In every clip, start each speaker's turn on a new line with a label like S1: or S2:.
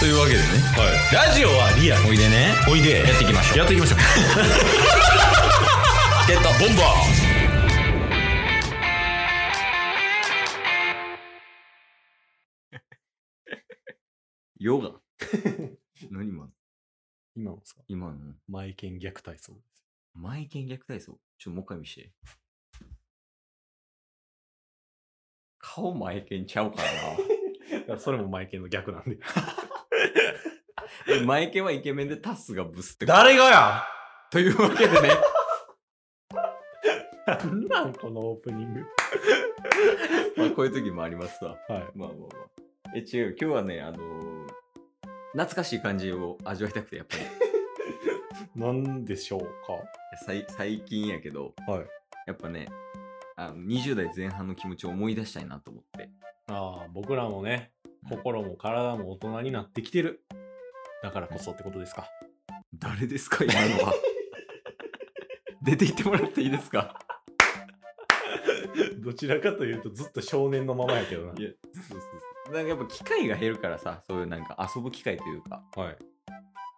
S1: というわけでね
S2: はい。ラジオはリアル。
S1: おいでね
S2: おいで。
S1: やっていきましょう
S2: やってい きましょう。
S1: ゲットボンバーヨ ガ何今の
S2: 今のですか
S1: 今の
S2: マイケン虐待そうです。
S1: マイケン虐待層ちょっともう一回見して顔マイケンちゃうから
S2: いやそれもマイケンの逆なんで。
S1: な えマイケンはイケメンでタスがブスって
S2: 誰がや
S1: というわけで ね
S2: なんなんこのオープニング。
S1: まあこういう時もありますわ
S2: はい。
S1: まあまあまあ。え、違うよ。今日はね、あのー懐かしい感じを味わいたくて、やっ ぱり。
S2: なんでしょう
S1: さい最近やけど、
S2: はい
S1: やっぱね、あの20代前半の気持ちを思い出したいなと思って。
S2: か。ああ、僕らもね、心も体も大人になってきてる。だからこそってことですか。
S1: 誰ですか、今のは。 出て行ってもらっていいですか
S2: どちらかというとずっと少年のままやけどな。
S1: いやなんかやっぱ機会が減るからさ、そういうなんか遊ぶ機会というか、
S2: はい。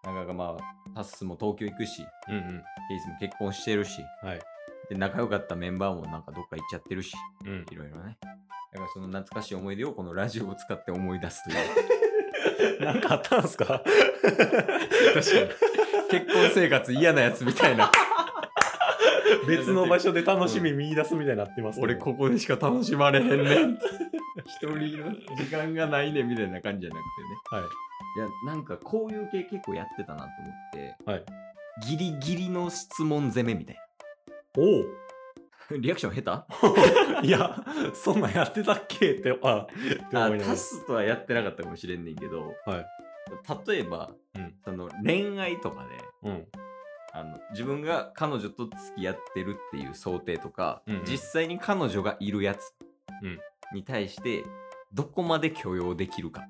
S1: なんかまあ、タッスも東京行くし、
S2: うんうん。
S1: ケイスも結婚してるし、
S2: はい。
S1: で仲良かったメンバーもなんかどっか行っちゃってるし、
S2: うん
S1: い。ろいろね。だからその懐かしい思い出をこのラジオを使って思い出すという。
S2: なんかあったんすか
S1: 結婚生活嫌なやつみたいな。
S2: 別の場所で楽しみ見出すみたいになってますけど
S1: 俺ここでしか楽しまれへんねん。 一人の時間がないねみたいな感じじゃなく
S2: はい。
S1: てね。いや、なんかこういう系結構やってたなと思って。
S2: は
S1: ギリギリの質問攻めみたい
S2: おう
S1: な。 リアクション下手
S2: いや、そんなんやってたっけって、あ、って
S1: あ
S2: 思いなが
S1: タスとはやってなかったかもしれんねんけど、
S2: はい
S1: 例えば、
S2: うん
S1: その恋愛とかで、
S2: ら。うん。
S1: あの自分が彼女と付き合ってるっていう想定とか、
S2: うんうん
S1: 実際に彼女がいるやつ
S2: うん
S1: に対してどこまで許容できるか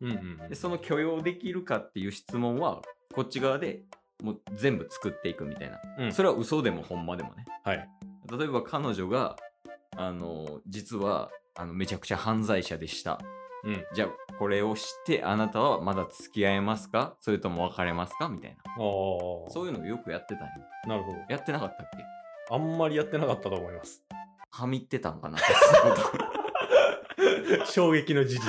S2: うんうんうん
S1: でその許容できるかっていう質問はこっち側でもう全部作っていくみたいな、
S2: うん
S1: それは嘘でもほんまでもね
S2: はい。
S1: 例えば彼女があの実はあのめちゃくちゃ犯罪者でした
S2: うん。
S1: じゃあこれを知ってあなたはまだ付き合えますかそれとも別れますかみたいな
S2: ああ。
S1: そういうのをよくやってたんよ
S2: なるほ
S1: やってなかったっけ
S2: ど。あんまりやってなかったと思います。
S1: はみってたんかな
S2: 衝撃の事実。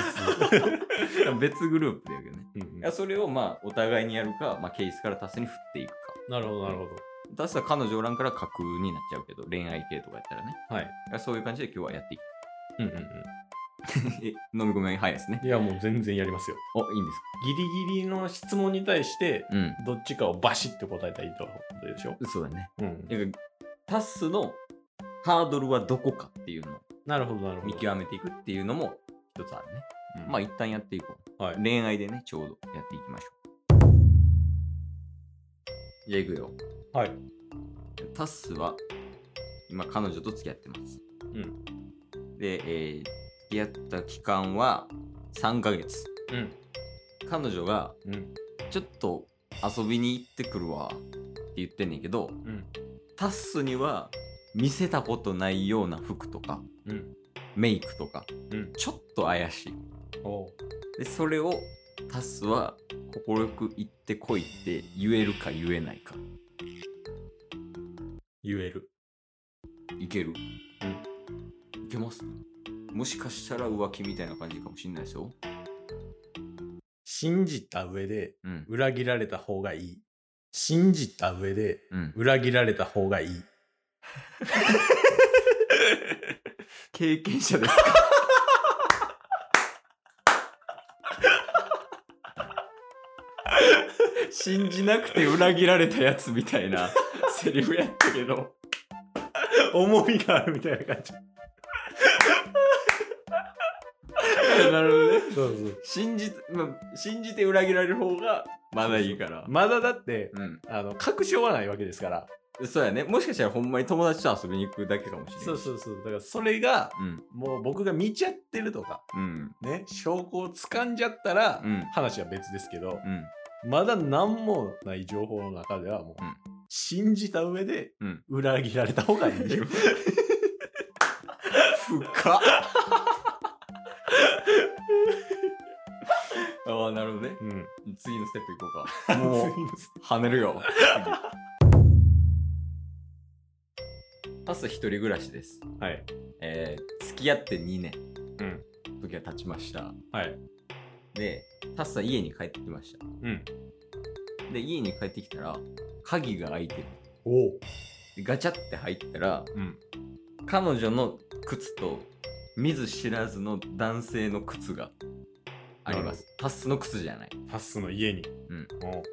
S1: 別グループだけどね。
S2: うん
S1: い うやそれをまあお互いにやるか、まあ、ケースからタスに振っていくか。
S2: んなるほど、なるほ
S1: タスは彼女おらんから架空になっちゃうけど、恋愛系とかやったらね。
S2: ど。はい。
S1: いやそういう感じで今日はやっていく。
S2: うんうんう
S1: え飲み込み早いですね
S2: ん。。いや、もう全然やりますよ。
S1: お、いいんです
S2: ギリギリの質問に対して、
S1: かうん。
S2: どっちかをバシッて答えたらいいとはことでしょ。
S1: そうだね。
S2: うん
S1: だ。からタスのハードルはどこかっていうのを
S2: なるほど、なるほど。
S1: 見極めていくっていうのも一つあるね。
S2: うん
S1: まあ一旦やっていこう。
S2: はい。
S1: 恋愛でね、ちょうどやっていきましょう。じゃあいくよ。
S2: はい。
S1: タスは今彼女と付き合ってます。うん。で、えー付き合った期間は3ヶ月。
S2: うん。
S1: 彼女が
S2: うん。
S1: ちょっと遊びに行ってくるわって言ってんねんけど、
S2: うん。
S1: タスには見せたことないような服とか
S2: うん。
S1: メイクとか、
S2: うん
S1: ちょっと怪しい。
S2: おう
S1: で、それをタスは快く言ってこいって言えるか言えないか。
S2: 言える。
S1: いける。いけますもしかしたら浮気みたいな感じかもしれないですよ。
S2: 信じた上で
S1: うん。
S2: 裏切られた方がいい。信じた上で
S1: うん。
S2: 裏切られた方がいい。
S1: 経験者ですか 信じなくて裏切られたやつみたいなセリフやったけど。
S2: 重みがあるみたいな感じ。
S1: なるほどね。
S2: そうそう。
S1: 信じ、まあ、信じて裏切られる方がまだいいから。
S2: まだだって、
S1: うん。
S2: あの、確証はないわけですから。
S1: そうやね。もしかしたらほんまに友達と遊びに行くだけかもしれない。
S2: そうそうそう。だからそれが、
S1: うん。
S2: もう僕が見ちゃってるとか、
S1: うん。
S2: ね、証拠を掴んじゃったら、
S1: うん
S2: 話は別ですけど、
S1: うん。
S2: まだ何もない情報の中ではもう、
S1: うん
S2: 信じた上で
S1: うん
S2: 裏切られた方がいい。
S1: 深っああ、なるほどね。
S2: うん。
S1: 次のステップ行こうか。もう、跳ねるよ。パス一人暮らしです。
S2: はい。
S1: えー、付き合って2年。
S2: うん。
S1: 時が経ちました。
S2: はい。
S1: で、タスは家に帰ってきました。
S2: うん。
S1: で、家に帰ってきたら、鍵が開いてる。
S2: おお。
S1: でガチャって入ったら、
S2: うん。
S1: 彼女の靴と見ず知らずの男性の靴があります。タスの靴じゃない。
S2: タッスの家に。
S1: うん。
S2: おう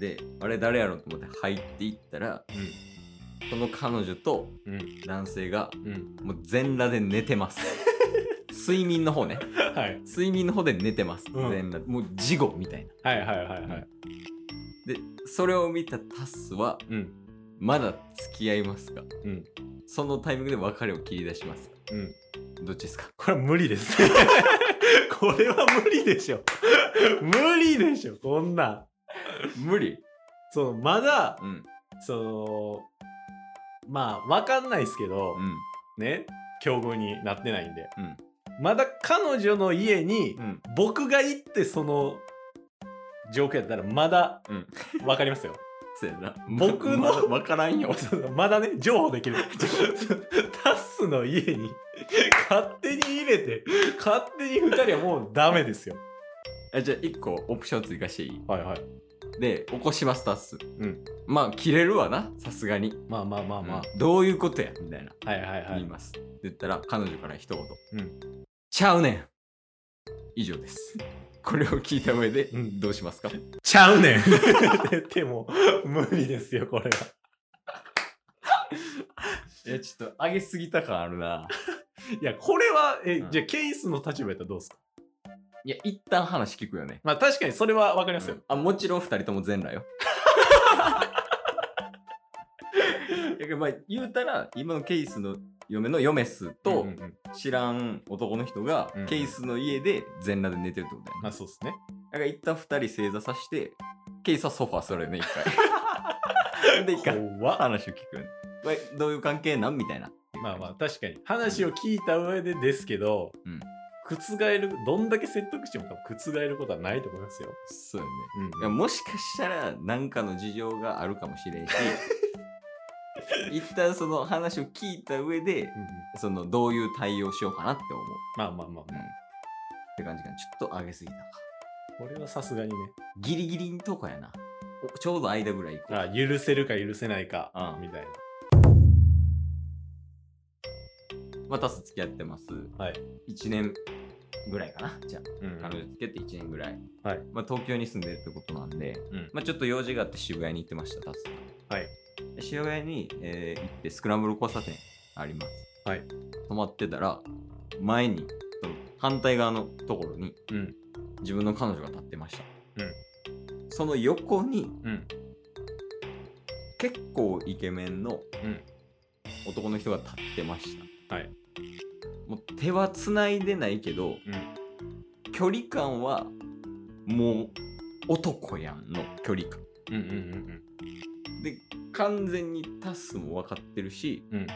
S1: で、あれ誰やろうと思って入っていったら、その彼女と
S2: うん。うん。
S1: 男性が
S2: うん。
S1: もう全裸で寝て ます。睡眠の方ね。
S2: はい。
S1: 睡眠の方で寝てます。
S2: うん
S1: 全裸。もう事後みたいな。
S2: はいはいはいはい。
S1: で、それを見たタスは、
S2: うん。
S1: まだ付き合いますか
S2: うん。
S1: そのタイミングで別れを切り出しますか
S2: うん。
S1: どっちですか
S2: これは無理です。 これは無理でしょ。無理でしょ、こんなん。
S1: 無理
S2: そう、まだ、
S1: うん。
S2: その、まあ、わかんないですけど、
S1: うん。
S2: ね、境遇になってないんで、
S1: うん
S2: まだ彼女の家に、
S1: うん。
S2: 僕が行ってその状況やったらまだ
S1: うん
S2: わかりますよ。
S1: そうやな。
S2: 僕の
S1: まだわからんよ。
S2: まだね、譲歩で きる。タスの家に勝手に入れて、勝手に2人はもうダメですよ。
S1: あじゃあ、1個オプション追加していい
S2: はいはい。
S1: で、起こします、タス。
S2: ん
S1: まあ、切れるわな、さすがに。
S2: まあまあまあまあ。
S1: どういうことやみたいな。
S2: はいはいは
S1: 言い
S2: い。
S1: ます。って言ったら、彼女から一言。
S2: う
S1: ちゃうねん以上です。これを聞いた上で、
S2: うん
S1: どうしますか
S2: ちゃうねんってでも、無理ですよ、これは。
S1: いや、ちょっと上げすぎた感あるな。
S2: いや、これは、え、
S1: うん
S2: じゃあケイスの立場やったらどうですか
S1: いや、一旦話聞くよね。
S2: まあ確かにそれはわかりますよ。
S1: あ、もちろん二人とも全裸よ。 いやまあ、言うたら、今のケイスの嫁のヨメスと、
S2: うんうんうん
S1: 知らん男の人が
S2: うん、
S1: ケイスの家で全裸で寝てるってことだよね。
S2: まあそうですね。
S1: だから一旦二人正座させて、ケイスはソファー座るよね、一 回。で、一回
S2: 怖っ
S1: 話を聞くよね。これどういう関係なんみたいな。
S2: まあまあ確かに話を聞いた上でですけど、
S1: うん
S2: 覆るどんだけ説得しても多分覆ることはないと思いますよ。
S1: そうよね。
S2: うん
S1: いやもしかしたら何かの事情があるかもしれん し一旦その話を聞いた上で
S2: うんうん
S1: そのどういう対応しようかなって思う
S2: まあまあまあまあ、
S1: って感じかなちょっと上げすぎたか
S2: これはさすがにね
S1: ギリギリのとこやなおちょうど間ぐらい行こう
S2: あ許せるか許せないか、
S1: うん
S2: みたい
S1: また付き合ってます
S2: な。はい。
S1: 1年ぐらいかなじゃあ
S2: うんうん
S1: 彼女付き合って1年ぐらい、
S2: はい
S1: まあ、東京に住んでるってことなんで、
S2: うん
S1: まあ、ちょっと用事があって渋谷に行ってましたタス
S2: はい
S1: で渋谷に、えー行ってスクランブル交差点あります、
S2: はい
S1: 止まってたら前にその反対側のところに
S2: うん
S1: 自分の彼女が立ってました、その横に
S2: うん
S1: 結構イケメンの
S2: うん
S1: 男の人が立ってました、
S2: はい
S1: もう手はつないでないけど
S2: うん
S1: 距離感はもう男やんの距離感
S2: うんうん
S1: で完全にタスも分かってるし
S2: うんうん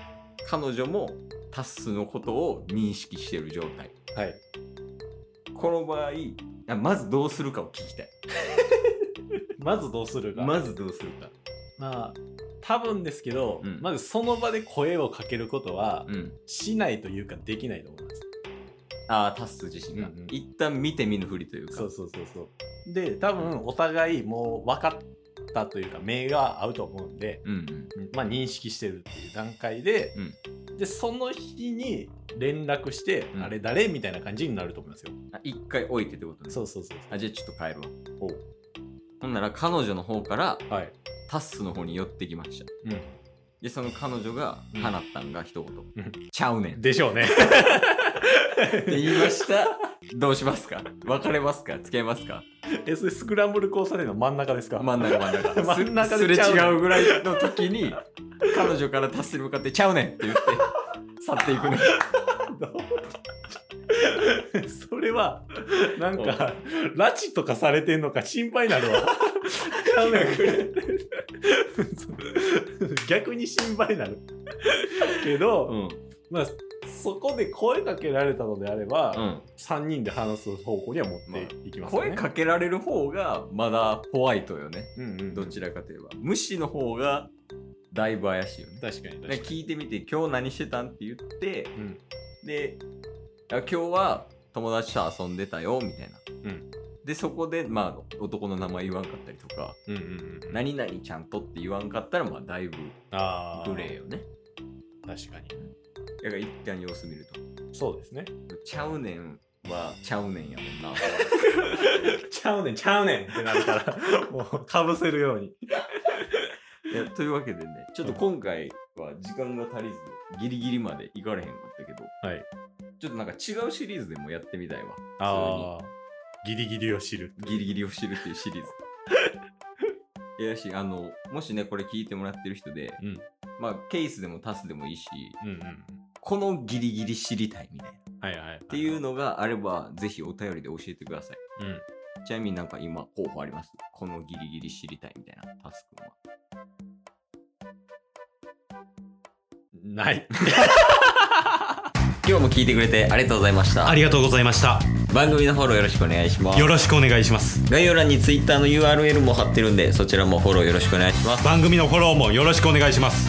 S1: 彼女もタスのことを認識してる状態
S2: はい。
S1: この場合あまずどうするかを聞きたい
S2: まずどうするか。
S1: まずどうするか
S2: まあ多分ですけど、
S1: うん
S2: まずその場で声をかけることは
S1: うん
S2: しないというかできないと思います。
S1: ああタス自身が、
S2: うんうん
S1: 一旦見て見ぬふりというか
S2: そうそうそうそう。で、多分お互いもう分かったというか、目が合うと思うんで、
S1: うんうん
S2: まあ認識してるっていう段階で、で、その日に連絡して、
S1: うん
S2: あれ誰みたいな感じになると思いますよ。
S1: あ一回置いてってことね
S2: そうそうそう。
S1: あじゃあちょっと帰るわ
S2: お
S1: ほんなら彼女の方から
S2: はい。
S1: タッスの方に寄ってきました、
S2: うん
S1: でその彼女が
S2: うん
S1: 放ったんが一言「
S2: うん
S1: ちゃうねん」って
S2: でしょうね。
S1: 言いましたどうしますか別れますか付き合いますか
S2: え、それスクランブル交差点の真ん中ですか、
S1: 真ん中真ん中
S2: 真ん中です
S1: れ
S2: ちゃ
S1: 違
S2: うねん
S1: うぐらいの時に彼女からタッスに向かって「ちゃうねん」って言って去っていくね
S2: それは、なんか、拉致とかされてんのか心配 になるわ。ちゃうねん逆に心配になる。けど、
S1: うん
S2: まあ、そこで声かけられたのであれば、
S1: うん、
S2: 3人で話す方向には持っていきますよね、
S1: 声かけられる方がまだホワイトよね
S2: うんうん
S1: どちらかといえば無視の方がだいぶ怪しいよね
S2: 確かに確か
S1: で
S2: に
S1: 聞いてみて今日何してたんって言って
S2: うん
S1: であ今日は友達と遊んでたよみたいな、
S2: うん
S1: でそこでまあ男の名前言わんかったりとか
S2: うんうんうん
S1: 何々ちゃんとって言わんかったらまあだいぶ
S2: あー
S1: グレーよね
S2: 確かに
S1: だから一旦様子見ると
S2: そうですね
S1: ちゃうねんはちゃうねんやもん な
S2: ちゃうねんちゃうねんってなるからもうかぶせるように
S1: いやというわけでねちょっと今回は時間が足りずギリギリまで行かれへんかったけど
S2: はい
S1: ちょっとなんか違うシリーズでもやってみたいわ
S2: ああギリギリを知る
S1: ギリギリを知るっていうシリー ズ。いやし、あの、もしね、これ聞いてもらってる人で、
S2: うん
S1: まあ、ケースでもタスでもいいし、
S2: うんうん
S1: このギリギリ知りたいみたいな。っ
S2: はいはいって
S1: いうのがあれば、ぜひお便りで教えてください。
S2: うん
S1: ちなみになんか今、候補ありますこのギリギリ知りたいみたいな、タス君は。
S2: ない
S1: 今日も聞いてくれてありがとうございました。
S2: ありがとうございました
S1: 番組のフォローよろしくお願いします
S2: よ。ろしくお願いします
S1: 概要欄に Twitter の URL も貼ってるんで、そちらもフォローよろしくお願いします。
S2: 番組のフォローもよろしくお願いします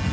S2: す